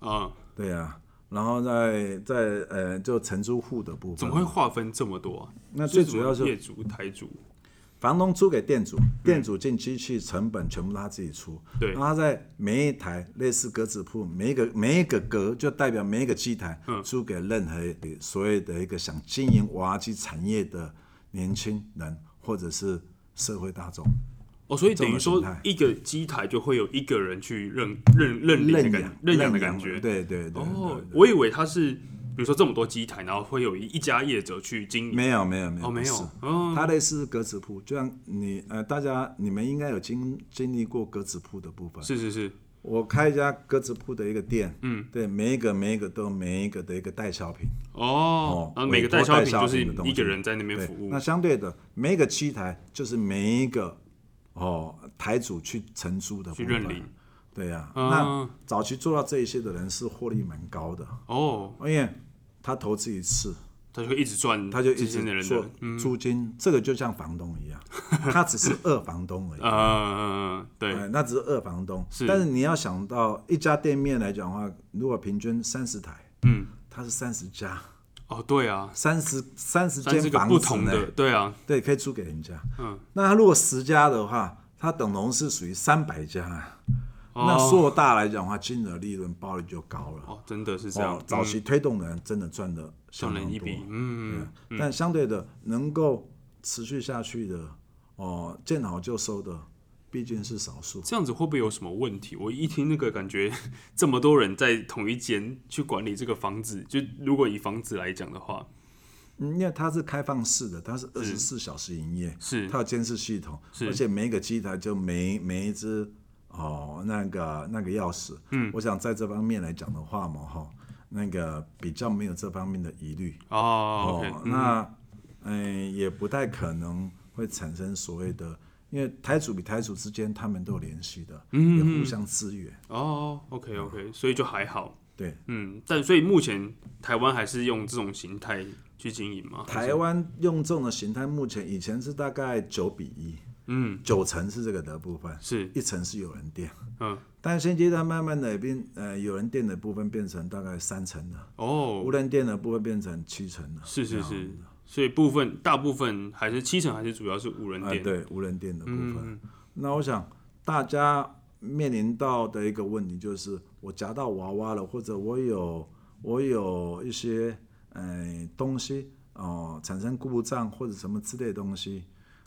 A: 嗯，
B: 对呀、然后再再呃就承租户的部
A: 怎
B: 分
A: 么，会划分这么多、啊？
B: 那最主要
A: 是
B: 是
A: 业嗯主、台主，
B: 房东租给店主，店主进机器成本全部他自己出，
A: 嗯对
B: 然后他在每一台类似格子铺，每一个每一个格就代表每一个机台，
A: 嗯
B: 租给任何所谓的一个想经营娃娃机产业的年轻人或者是社会大众。
A: 哦，所以等于
B: 这
A: 说
B: 种形态
A: 一个机台就会有一个人去认认认领的感认养的感觉。
B: 对对对，
A: 哦，我以为他是比如说这么多机台，然后会有一一家业者去经营。
B: 没有没有没有，
A: 哦，没
B: 不
A: 有
B: 是，
A: 哦，
B: 它类似格子铺，就像你呃，大家你们应该有经经历过格子铺的部分。
A: 是是是，
B: 我开一家格子铺的一个店，嗯，对，每一个每一个都有每一个的一个代销品，
A: 哦
B: 哦，
A: 然后每个
B: 委托
A: 代销
B: 代
A: 品
B: 销
A: 就是
B: 品的东
A: 一个
B: 西
A: 人在那边
B: 对
A: 服，务
B: 那。相对的每一个机台就是每一个哦台主去承租的部
A: 去
B: 分，
A: 认领
B: 对呀、
A: 嗯
B: 那早期做到这一些的人是获利蛮高的，
A: 哦，
B: 因为他投资一次，
A: 他就会一直赚，
B: 他就一
A: 之间的嗯
B: 直
A: 人
B: 做
A: 的，
B: 租金，这个就像房东 一样，他只是二房东而已。
A: 呃，啊对，
B: 哎，那只是二房东，
A: 是
B: 但是你要想到一家店面来讲的话，如果平均三十台，
A: 嗯，
B: 它是三十家，
A: 哦，对啊，
B: 三十三十
A: 但
B: 间
A: 是个
B: 房
A: 不
B: 子
A: 同
B: 呢
A: 的，对啊，
B: 对，可以租给人家。
A: 嗯，
B: 那他如果十家的话，它等同是属于三百家啊。
A: 哦
B: 那硕大来讲的话，金额利润暴利就高了。
A: 哦，真的是这样，
B: 早期推动的人真的赚的
A: 赚
B: 相
A: 了
B: 当
A: 一
B: 多，
A: 笔，嗯，
B: 但相对的能够持续下去的，哦、见好就收的，毕竟是少数。
A: 这样子会不会有什么问题？我一听那个感觉， 这么多人在同一间去管理这个房子，就如果以房子来讲的话，
B: 嗯，因为它是开放式的，它是二十四小时营业，
A: 是
B: 它有监视系统，
A: 是
B: 而且每一个机台就每每一只哦那个那个钥匙，嗯，我想在这方面来讲的话嘛，哈，那个比较没有这方面的疑虑
A: 哦，OK，嗯
B: 那嗯、呃也不太可能会产生所谓的，因为台主比台主之间他们都有联系的，嗯也互相支援，
A: 哦，OK OK，所以就还好，
B: 对。
A: 嗯，但所以目前台湾还是用这种形态去经营嘛，还是
B: 台湾用这种的形态，目前以前是大概九比一，
A: 嗯，
B: 九成是这个的部分，
A: 是，
B: 一成是有人店。
A: 嗯，
B: 但现阶段慢慢的也变，呃，有人店的部分变成大概三成了，无
A: 哦，
B: 人店的部分变成七啊成了。
A: 是是
B: 这样
A: 是，所以部分大部分还是七成还是主要是无人
B: 啊、
A: 店，
B: 对，无人店的部分。
A: 嗯，
B: 那我想大家面临到的一个问题就是，我夹到娃娃了，或者我有我有一些呃东西哦、产生故障或者什么之类的东西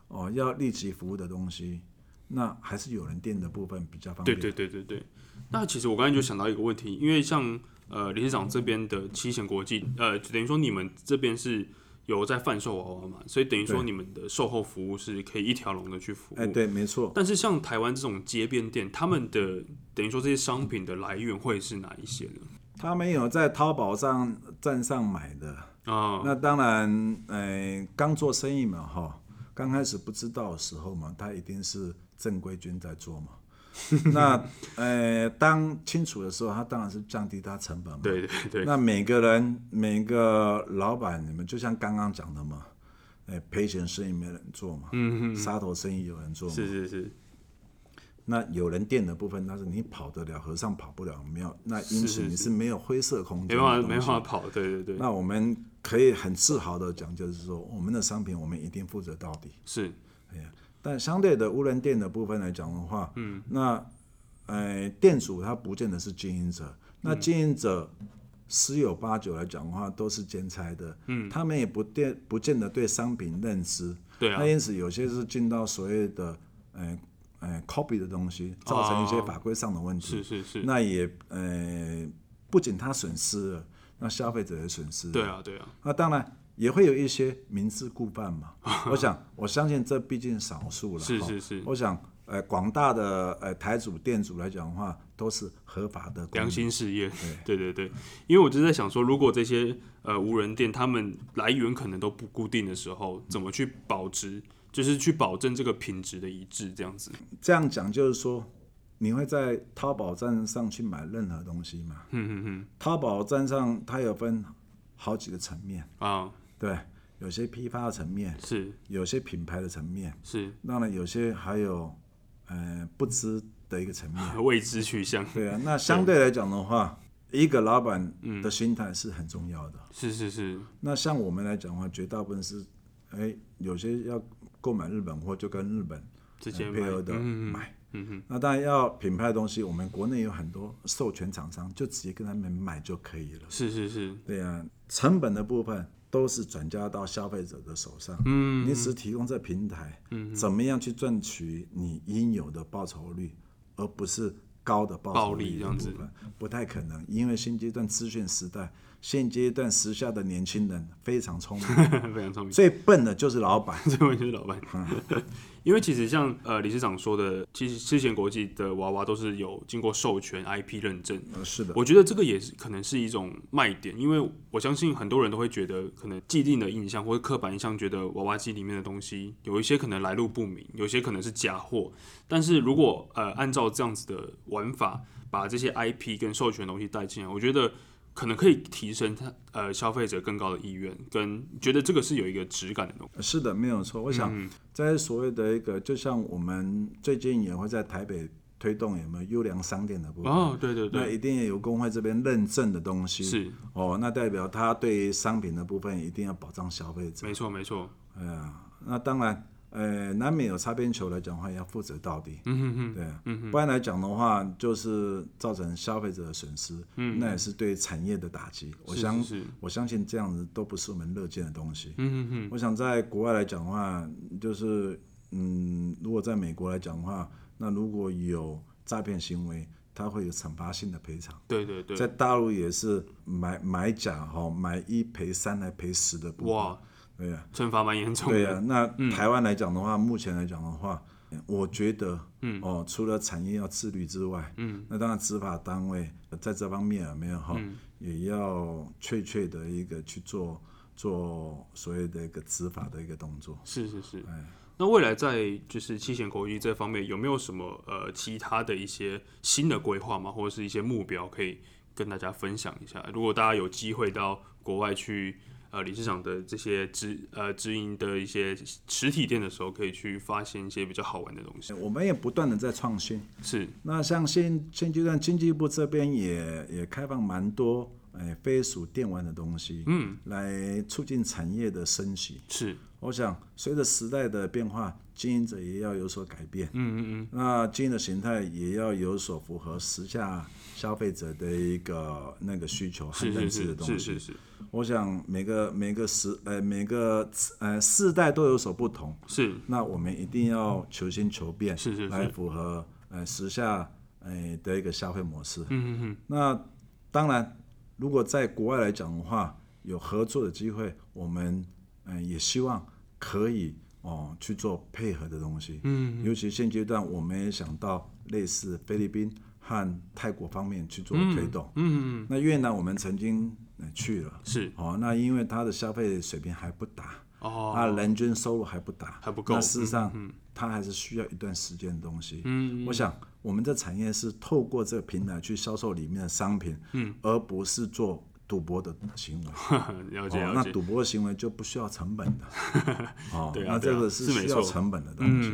B: 哦、要立即服务的东西，那还是有人店的部分比较方
A: 对
B: 便。
A: 对对对对。那其实我刚才就想到一个问题，因为像呃理事长这边的七贤国际，呃，等于说你们这边是有在贩售娃娃嘛，所以等于说
B: 对
A: 你们的售后服务是可以一条龙的去服务。
B: 哎，对，没错。
A: 但是像台湾这种街边店，他们的等于说这些商品的来源会是哪一些呢？
B: 他们有在淘宝上站上买的，
A: 啊、
B: 那当然，呃，刚做生意嘛，哈，刚开始不知道的时候嘛，他一定是正规军在做 嘛。那呃，当清楚的时候，他当然是降低他成本嘛。
A: 对对对，
B: 那每个人每个老板，你们就像刚刚讲的嘛，哎、赔钱生意没人做嘛，
A: 嗯，
B: 杀头生意有人做嘛。
A: 是是是，
B: 那有人店的部分，但是你跑得了和尚跑不了庙，那
A: 是
B: 因此
A: 是
B: 你是没有灰色空
A: 没
B: 间的
A: 办
B: 东
A: 法
B: 西。
A: 没办法跑，对对对，
B: 那我们可以很自豪的讲，就是说我们的商品我们一定负责到底。
A: 是
B: 但相对的无人店的部分来讲的话，嗯，那呃店主他不见得是经营者，
A: 嗯
B: 那经营者十有八九来讲的话都是兼差的，嗯，他们也不见不见得对商品认知，
A: 对啊
B: 那，因此有些是进到所谓的呃呃 copy 的东西，造成一些
A: 哦
B: 法规上的问题，
A: 是是是，
B: 那也呃不仅他损失了，那消费者也损失了，
A: 对啊对啊，
B: 那当然也会有一些明知故 犯嘛。我想，我相信这毕竟少数了。
A: 是
B: 哈
A: 是是，
B: 我想，呃，广大的呃台主店主来讲的话，都是合法的公
A: 良
B: 民。
A: 心事业，对 对对，因为我就在想说，如果这些呃无人店他们来源可能都不固定的时候，怎么去保值，就是去保证这个品质的一致，这样子，
B: 这样讲就是说，你会在淘宝站上去买任何东西吗？
A: 嗯嗯
B: 淘宝站上它有分好几个层面，
A: 嗯，啊，
B: 对，有些批发的层面，
A: 是
B: 有些品牌的层面，
A: 是，
B: 当然有些还有呃不知的一个层面。
A: 未知去向，
B: 对啊，那相对来讲的话，一个老板的心态是很重要的。
A: 是是是，
B: 那像我们来讲的话，绝大部分是，哎，有些要购买日本货就跟日本
A: 之前
B: 配
A: 买
B: 合的
A: 嗯嗯
B: 买。
A: 嗯嗯，
B: 那当然要品牌的东西，我们国内有很多授权厂商，就直接跟他们买就可以了。
A: 是是是，
B: 对啊，成本的部分都是转嫁到消费者的手上。
A: 嗯，
B: 你只提供这平台，嗯，怎么样去赚取你应有的报酬率，而不是高的报酬
A: 暴利这
B: 率的
A: 样
B: 部
A: 子
B: 分，不太可能。因为现阶段资讯时代，现阶段时下的年轻人非常聪 明，
A: 非常聪明。
B: 最笨的就是老板。
A: 这位就是老 板，因为其实像呃理事长说的，其实之前国际的娃娃都是有经过授权 IP 认证，
B: 呃是的，
A: 我觉得这个也是可能是一种卖点，因为我相信很多人都会觉得，可能既定的印象或者刻板印象，觉得娃娃机里面的东西有一些可能来路不明，有些可能是假货。但是如果呃按照这样子的玩法，把这些 IP 跟授权的东西带进来，我觉得可能可以提升他呃消费者更高的意愿，跟觉得这个是有一个质感的东西。
B: 是的，没有错。我想，
A: 嗯
B: 在所谓的一个，就像我们最近也会在台北推动有没有优良商店的部分，
A: 哦，对对
B: 那
A: 对，
B: 一定也有工会这边认证的东西。
A: 是
B: 哦，那代表他对于商品的部分一定要保障消费者。
A: 没错没错，
B: 哎呀，那当然，呃，难免有擦边球来讲的话，也要负责到底。
A: 嗯哼哼，
B: 对啊，不然来讲的话，就是造成消费者的损失，那也是对产业的打击。
A: 嗯
B: 我
A: 是
B: 相
A: 是是
B: 我相信这样子都不是我们乐见的东西。
A: 嗯哼哼，
B: 我想在国外来讲的话，就是嗯，如果在美国来讲的话，那如果有诈骗行为，它会有惩罚性的赔偿。
A: 对对对，
B: 在大陆也是买买假哈、哦，买一赔三来赔十的部分。
A: 哇，
B: 对呀、
A: 惩罚蛮严重的，
B: 对呀、那台湾来讲的话，目前来讲的话，我觉得，嗯，哦，除了产业要自律之外，嗯，那当然执法单位在这方面有没有哈、也要确切的一个去做做所谓的一个执法的一个动作。
A: 是是是。
B: 哎
A: 那未来在就是七贤国际这方面有没有什么呃其他的一些新的规划吗？或者是一些目标可以跟大家分享一下？如果大家有机会到国外去呃理事长的这些直呃直营的一些实体店的时候，可以去发现一些比较好玩的东西。
B: 我们也不断的在创新。
A: 是
B: 那像现现阶段经济部这边也也开放蛮多，哎，非属电玩的东西，嗯，来促进产业的升级。
A: 是，
B: 我想随着时代的变化，经营者也要有所改变，嗯嗯嗯，那经营的形态也要有所符合时下消费者的一个那个需求和
A: 是
B: 认
A: 是
B: 知的
A: 是
B: 东西。
A: 是是是
B: 我想每个每个时呃每个呃世代都有所不同，
A: 是
B: 那我们一定要求新求变，
A: 是是是
B: 来符合呃时下呃的一个消费模式。嗯嗯嗯。那当然，如果在国外来讲的话，有合作的机会，我们嗯、呃也希望可以哦、去做配合的东西。嗯尤其现阶段，我们也想到类似菲律宾和泰国方面去做推动。嗯嗯。那越南我们曾经、呃去了，
A: 是
B: 哦，那因为它的消费水平还不达。
A: 哦，
B: 啊，人均收入还不达，
A: 还不够嗯
B: 那事实上，它还是需要一段时间的东西。嗯，我想我们这产业是透过这个平台去销售里面的商品，嗯，而不是做赌博的行为。
A: 了解
B: 哦，
A: 了
B: 那
A: 解。
B: 赌博的行为就不需要成本 的。哦，
A: 对啊
B: 那这
A: 对啊
B: 个
A: 是没
B: 需要
A: 错嗯
B: 成本的东西。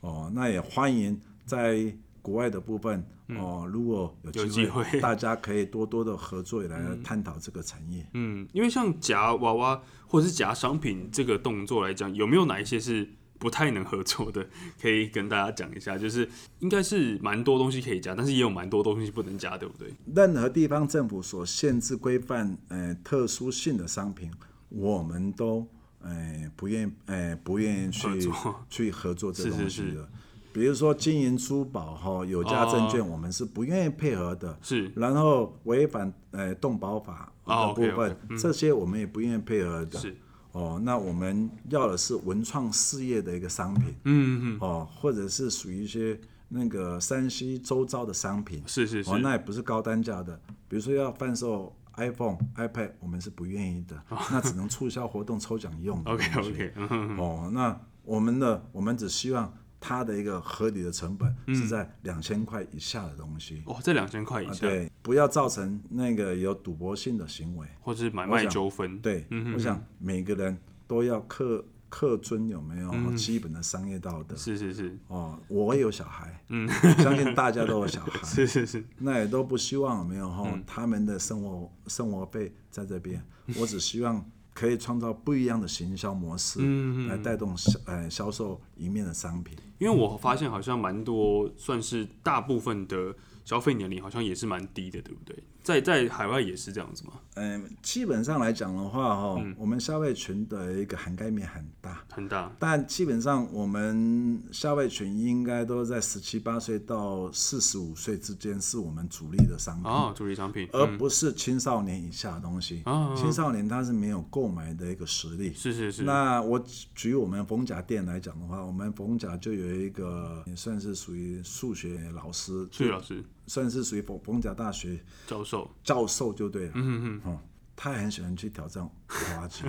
B: 哦，那也欢迎在国外的部分。哦，如果有
A: 嗯有机会
B: 大家可以多多的合作，也来探讨这个产业。
A: 嗯，因为像夹娃娃或者是夹商品这个动作来讲，有没有哪一些是不太能合作的？可以跟大家讲一下，就是应该是蛮多东西可以夹，但是也有蛮多东西不能夹，对不对？
B: 任何地方政府所限制规范呃特殊性的商品，我们都呃不愿呃不愿意去
A: 合作
B: 去合作这
A: 是是
B: 东西的。
A: 是
B: 比如说金银珠宝哈、有价证券，我们是不愿意配合的。
A: 哦是
B: 然后违反呃动保法呃
A: 哦
B: 的部
A: ，OK，OK，
B: 分，这些我们也不愿意配合的。
A: 是
B: 哦，那我们要的是文创事业的一个商品，嗯嗯，哦，或者是属于一些那个山西周遭的商品，
A: 是是是
B: 哦，那也不是高单价的，比如说要贩售 iPhone、iPad，我们是不愿意的，那只能促销活动抽奖用的。
A: 哦 ，OK OK，嗯哼，
B: 哦，那我们的我们只希望它的一个合理的成本是在两千块以下的东西，啊
A: 哇，哦这两千块嗯以下，
B: 对，不要造成那个有赌博性的行为。
A: 或者是买卖
B: 想
A: 纠纷，
B: 对，我想每个人都要恪恪遵有没有、
A: 嗯
B: 基本的商业道德
A: 是是是
B: 哦。我也有小孩，嗯，相信大家都有小 孩，
A: 是是是，
B: 那也都不希望有没有哈、
A: 嗯
B: 他们的生活生活费在这边。我只希望可以创造不一样的行销模式，
A: 嗯
B: 来带动销呃销售一面的商品。
A: 因为我发现好像蛮多，算是大部分的消费年龄好像也是蛮低的，对不对？在在海外也是这样子嘛，
B: 嗯、基本上来讲的话哈、
A: 嗯
B: 我们消费群的一个涵盖面很大，
A: 很大，
B: 但基本上我们消费群应该都在十七八岁到四十五岁之间是我们主力的商品，
A: 哦，主力商品，
B: 而不是青少年以下的东西。
A: 啊
B: 青少年他是没有购买的一个实力。
A: 是是是，
B: 那我举我们逢甲店来讲的话，我们逢甲就有一个也算是属于数学老师，
A: 是老师
B: 算是属于逢逢甲大学
A: 教授，
B: 教授就对了。嗯嗯嗯。哦，他很喜欢去挑战娃 娃机，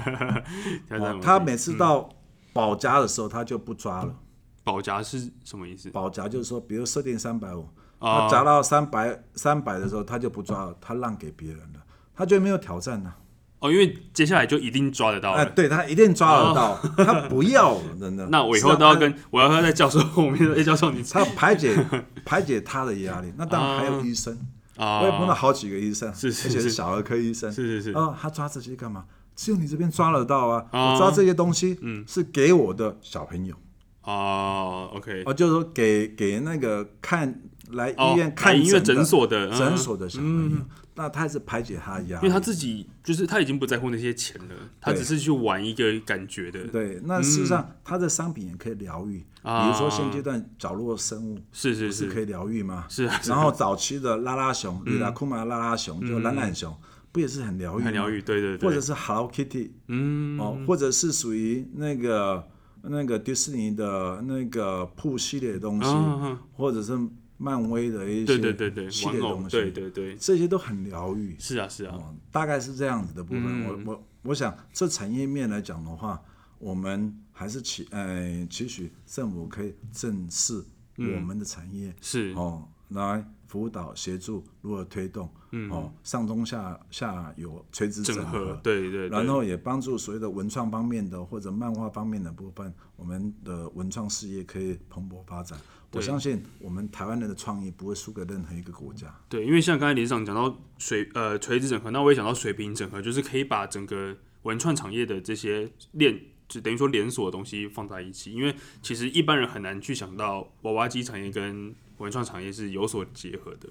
A: 挑战
B: 哦
A: 我
B: 他每次到保家的时候他就不抓了。
A: 嗯保夹是什么意思？
B: 保夹就是说，比如设定三百五，
A: 啊
B: 他夹到三百三百的时候，他就不抓了，他让给别人了，他就没有挑战了。
A: 哦，因为接下来就一定抓得到
B: 哎，
A: 了。
B: 对他一定抓得到，他不要了真的。
A: 哦 那我以
B: 是
A: 后
B: 让
A: 都要
B: 他
A: 跟我要要在教授后面 说，哎，教授你
B: 他排解排解他的压力。那当然还有医生，我也碰
A: 啊，
B: 到好几个医生，
A: 是是
B: 而且
A: 是
B: 是小儿科医生。
A: 是是是，
B: 哦，他抓这些干嘛？只有你这边抓得到啊！
A: 哦
B: 我抓这些东西，
A: 嗯
B: 是给我的小朋友，
A: 哦，OK，
B: 哦，就是说给给那个看来
A: 哦
B: 医院，
A: 看
B: 看
A: 音乐
B: 诊
A: 诊
B: 的
A: 所的
B: 诊，
A: 嗯
B: 所的小朋友，那他是排解他的压
A: 因为
B: 力
A: 他。自己就是他已经不在乎那些钱了，他
B: 对
A: 只是去玩一个感觉的，
B: 对，那
A: 嗯
B: 事实上，他的商品也可以疗愈，
A: 啊
B: 比如说现阶段角落生物
A: 是是
B: 不是
A: 是
B: 可以疗愈吗？
A: 是啊，嗯
B: 然后早期的拉拉熊、里拉库玛拉拉熊，就懒懒熊，不也是很疗愈？
A: 很疗。愈，对对
B: 或者
A: 对，
B: 是 Hello Kitty，嗯，哦，或者是属于那个那个迪士尼的那个铺系列的东西
A: 嗯嗯，
B: 或者是漫威的一些
A: 对对对对，
B: 系列
A: 玩
B: 的
A: 偶，
B: 东
A: 对
B: 西，
A: 对对，
B: 这些都很疗愈。
A: 是啊是啊，
B: 哦，大概是这样子的部分。
A: 嗯
B: 我我我想，这产业面来讲的话，我们还是期
A: 嗯
B: 呃期许政府可以正视我们的产业、
A: 是
B: 哦，来辅导、协助如何推动，哦，上中下下游垂直整
A: 嗯整合，对对对，
B: 然后也帮助所谓的文创方面的或者漫画方面的部分，我们的文创事业可以蓬勃发展。我相信我们台湾人的创意不会输给任何一个国家。
A: 对，因为像刚才李市长讲到水呃垂直整合，那我也想到水平整合，就是可以把整个文创产业的这些链，就等于说连锁的东西放在一起。因为其实一般人很难去想到娃娃机产业跟文创产业是有所结合的。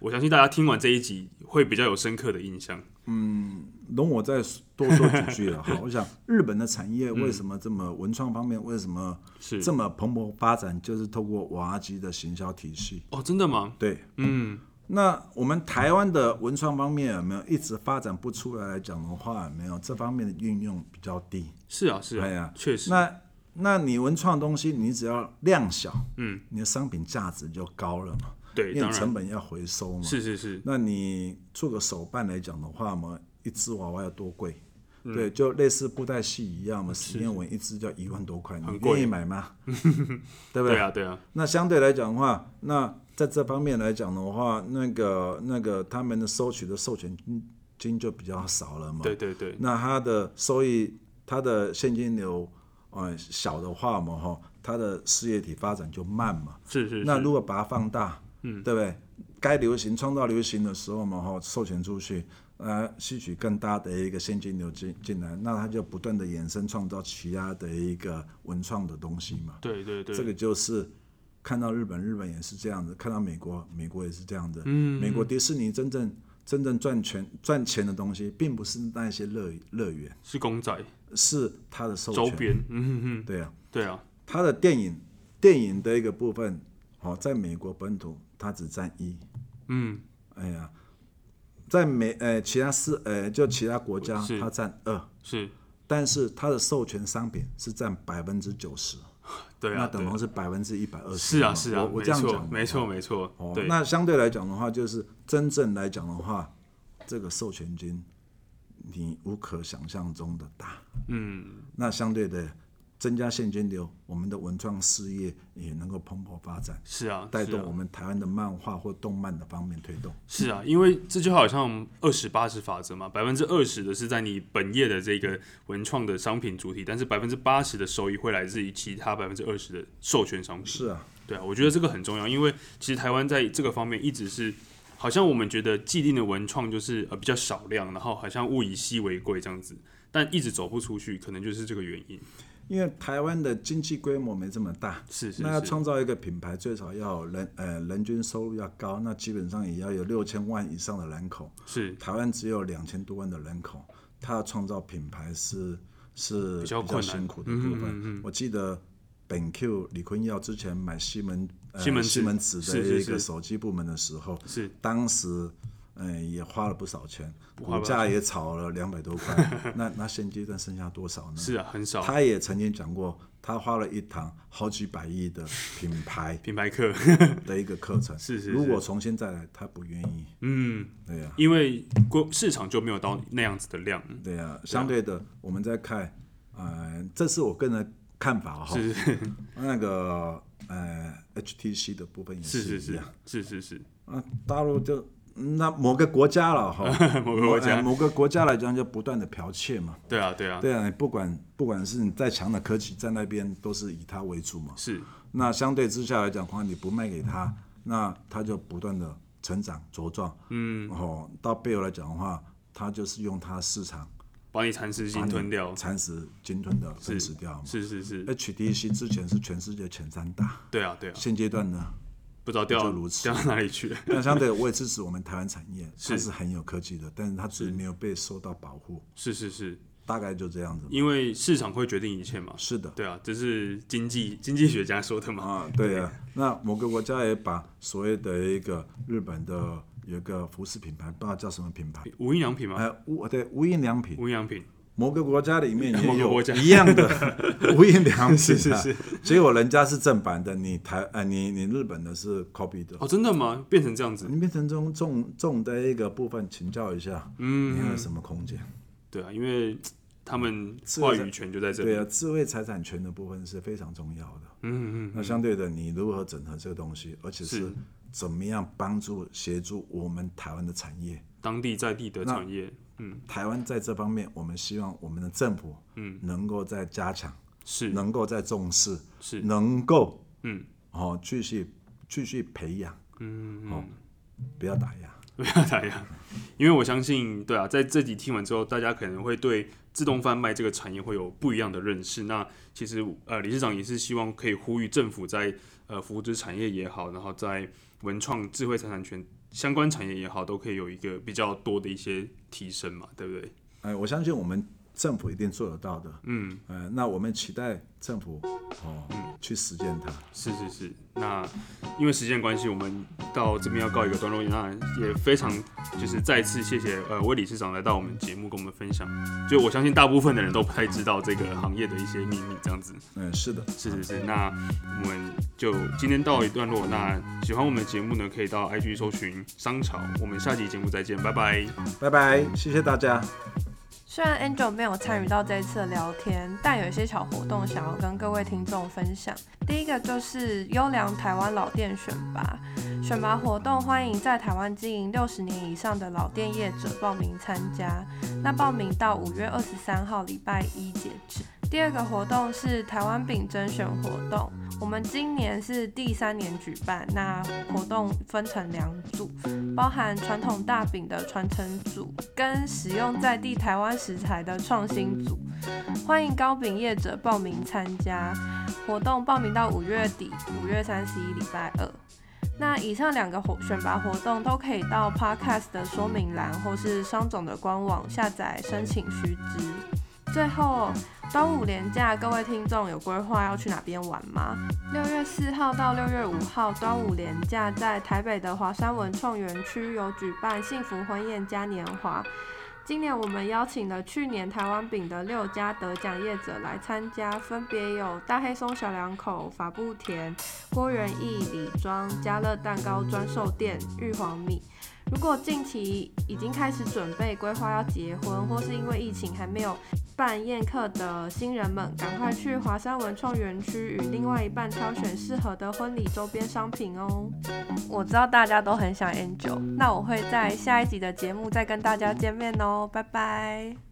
A: 我相信大家听完这一集会比较有深刻的印象。
B: 容我再多说几 句了哈。我想日本的产业为什么这么文创方面为什么
A: 是
B: 这么蓬勃发展，就是透过娃娃机的行销体系。
A: 哦，真的吗？
B: 对，嗯，那我们台湾的文创方面有没有一直发展不出来来讲的话，有没有这方面的运用比较低。
A: 是啊，是
B: 哎
A: 啊
B: 呀，
A: 确实，
B: 那那你文创东西，你只要量小，嗯，你的商品价值就高了嘛，
A: 对，
B: 因
A: 当然
B: 为成本要回收嘛。
A: 是是是，
B: 那你做个手办来讲的话嘛，一只娃娃要多贵？
A: 嗯
B: 对，就类似布袋戏一样嘛，史艳文一只就要一万多块，你
A: 贵
B: 愿意 买吗？对不
A: 对啊对啊，
B: 那相对来讲的话，那在这方面来讲的话，那个那个他们的收取的授权金金就比较少了嘛。
A: 对对对，
B: 那它的收益，它的现金流，呃，小的话嘛，哈，它的事业体发展就慢嘛。
A: 是是
B: 那
A: 是，
B: 如果把它放大，嗯，对不对？该流行创造流行的时候嘛，哈，授权出去，呃，吸取更大的一个现金流进进来，那它就不断的衍生创造其他的一个文创的东西嘛。
A: 对对对，
B: 这个就是看到日本，日本也是这样子；看到美国，美国也是这样子。嗯，美国迪士尼真正真正赚钱赚钱的东西，并不是那些乐乐园，
A: 是公仔
B: 是它的授
A: 周
B: 权。
A: 边，嗯哼哼，
B: 对啊，
A: 对啊，
B: 它的电影电影的一个部分，哦，在美国本土它只占一。
A: 嗯，
B: 哎呀，在美呃其他四呃就其他国家
A: 是
B: 它占二，
A: 是，
B: 但是它的授权商品是占百分之九十，
A: 对啊，
B: 那
A: 对
B: 等
A: 啊
B: 同是百分之一百二十。
A: 是啊，是啊，
B: 我我
A: 没
B: 这样
A: 错
B: 讲，
A: 没错，没错，
B: 哦，
A: 对，
B: 那相对来讲的话，就是真正来讲的话，这个授权金你无可想象中的大。
A: 嗯，
B: 那相对的，增加现金流，我们的文创事业也能够蓬勃发展，
A: 是啊，
B: 带
A: 是
B: 动
A: 啊
B: 我们台湾的漫画或动漫的方面推动。
A: 是啊，因为这就好像二十八十法则嘛，百分之二十的是在你本业的这个文创的商品主体，但是百分之八十的收益会来自于其他百分之二十的授权商品。
B: 是啊，
A: 对啊，我觉得这个很重要，因为其实台湾在这个方面一直是，好像我们觉得既定的文创就是呃比较少量，然后好像物以稀为贵这样子，但一直走不出去，可能就是这个原因。
B: 因为台湾的经济规模没这么大，
A: 是是
B: 那要
A: 是，
B: 创造一个品牌，最少要有人呃人均收入要高，那基本上也要有六千万以上的人口。
A: 是
B: 台湾只有两千多万的人口，他要创造品牌是是
A: 比
B: 比
A: 较困难嗯
B: 辛苦的部分。我记得本 Q 李坤耀之前买西门、呃、
A: 西门子
B: 西门子
A: 是
B: 的
A: 是
B: 一个
A: 是
B: 手机部门的时候，
A: 是
B: 当时。嗯，也花了不少钱，
A: 花了不
B: 股
A: 少
B: 价也炒了两百多 块。那那现阶段剩下多少呢？
A: 是啊，很少
B: 他也曾经讲过，他花了一堂好几百亿的品牌
A: 品牌课，
B: 的一个课程。
A: 是是是
B: 如果从现在来，他不愿意。
A: 嗯。
B: 对呀、
A: 因为国市场就没有到那样子的量，
B: 对呀、相对的，我们在看，呃，这是我个人的看法啊哈。
A: 是是
B: 那个呃，HTC 的部分也
A: 是是
B: 一
A: 是
B: 样。
A: 是是是，
B: 啊，大陆就那某个国家了哈，
A: 某个国家
B: 呃某个国家来讲就不断的剽窃嘛。
A: 对啊对啊，
B: 对啊，不管不管是你再强的科技，在那边都是以它为主嘛。
A: 是
B: 那相对之下来讲的话，你不卖给他，那他就不断的成长茁壮。嗯，哦，到背后来讲的话，他就是用他市场
A: 把你蚕食
B: 把
A: 性
B: 你哎
A: 吞掉，
B: 嗯蚕食鲸吞的分食掉嘛。
A: 是是是，
B: HTC 之前是全世界前三大，
A: 对啊对啊，
B: 现阶 段呢，
A: 不知道掉
B: 就如此
A: 掉到哪里去了，
B: 那相对我也支持我们台湾产业，
A: 是
B: 它是很有科技的，但是它只是没有被受到保护，
A: 是是是，
B: 大概就这样子嘛。
A: 因为市场会决定一切嘛，
B: 是的，
A: 对啊，这是经济经济学家说的嘛，
B: 啊，对啊，那某个国家也把所谓的一个日本的有一个服饰品牌，不知道叫什么品牌，
A: 无印良品嘛，
B: 呃，无对无印良品，
A: 无印良品
B: 某个国家里面
A: 某
B: 也
A: 个
B: 有
A: 国家
B: 一样 的无印良品、啊，
A: 是是是，
B: 结果人家是正版的，你台呃你你日本的是 copy 的，
A: 哦，真的吗？变成这样子，
B: 你变成中重重的一个部分，请教一下，嗯，你还有什么空间？
A: 对啊，因为嘖他们
B: 是
A: 话语权就在这里，
B: 对啊，智慧财产权的部分是非常重要的，嗯嗯，那相对的，你如何整合这个东西，而且是怎么样帮助协助我们台湾的产业。
A: 当地在地的
B: 那
A: 产业，嗯，
B: 台湾在这方面，我们希望我们的政府，
A: 嗯，
B: 能够再加强，
A: 是
B: 能够再重视，
A: 是，
B: 能够
A: 嗯，
B: 哦继续继续培养，嗯，哦，不要打压，
A: 不要打压，因为我相信，对啊，在这集听完之后，大家可能会对自动贩卖这个产业会有不一样的认识。那其实，呃，理事长也是希望可以呼吁政府在呃扶植产业也好，然后在文创、智慧财产权相关产业也好，都可以有一个比较多的一些提升嘛，对不对？
B: 哎，我相信我们政府一定做得到的，
A: 嗯，
B: 呃，那我们期待政府哦去实践它。
A: 是是是。那因为时间关系，我们到这边要告一个段落。那也非常就是再次谢谢呃魏理事长来到我们节目跟我们分享。就我相信大部分的人都不太知道这个行业的一些秘密，这样子。
B: 嗯，是的，
A: 是是是，那我们就今天到一段落。那喜欢我们的节目呢，可以到 IG 搜寻商朝。我们下期节目再见，拜拜。
B: 拜拜，谢谢大家。
C: 虽然 Angel 没有参与到这一次的聊天，但有一些小活动想要跟各位听众分享。第一个就是优良台湾老店选拔，选拔活动欢迎在台湾经营六十年以上的老店业者报名参加。那报名到五月二十三号礼拜一截止。第二个活动是台湾饼甄选活动，我们今年是第三年举办，那活动分成两组，包含传统大饼的传承组跟使用在地台湾食材的创新组，欢迎糕饼业者报名参加。活动报名到五月底，五月三十一礼拜二。那以上两个活选拔活动都可以到 Podcast 的说明栏或是商总的官网下载申请须知。最后，端午连假，各位听众有规划要去哪边玩吗？六月四号到六月五号，端午连假在台北的华山文创园区有举办幸福婚宴嘉年华。今年我们邀请了去年台湾饼的六家得奖业者来参加，分别有大黑松小两口、法布田、郭元义、李庄、家乐蛋糕专售店、玉皇米。如果近期已经开始准备规划要结婚，或是因为疫情还没有办宴客的新人们，赶快去华山文创园区与另外一半挑选适合的婚礼周边商品哦。我知道大家都很想 Angel，那我会在下一集的节目再跟大家见面哦，拜拜。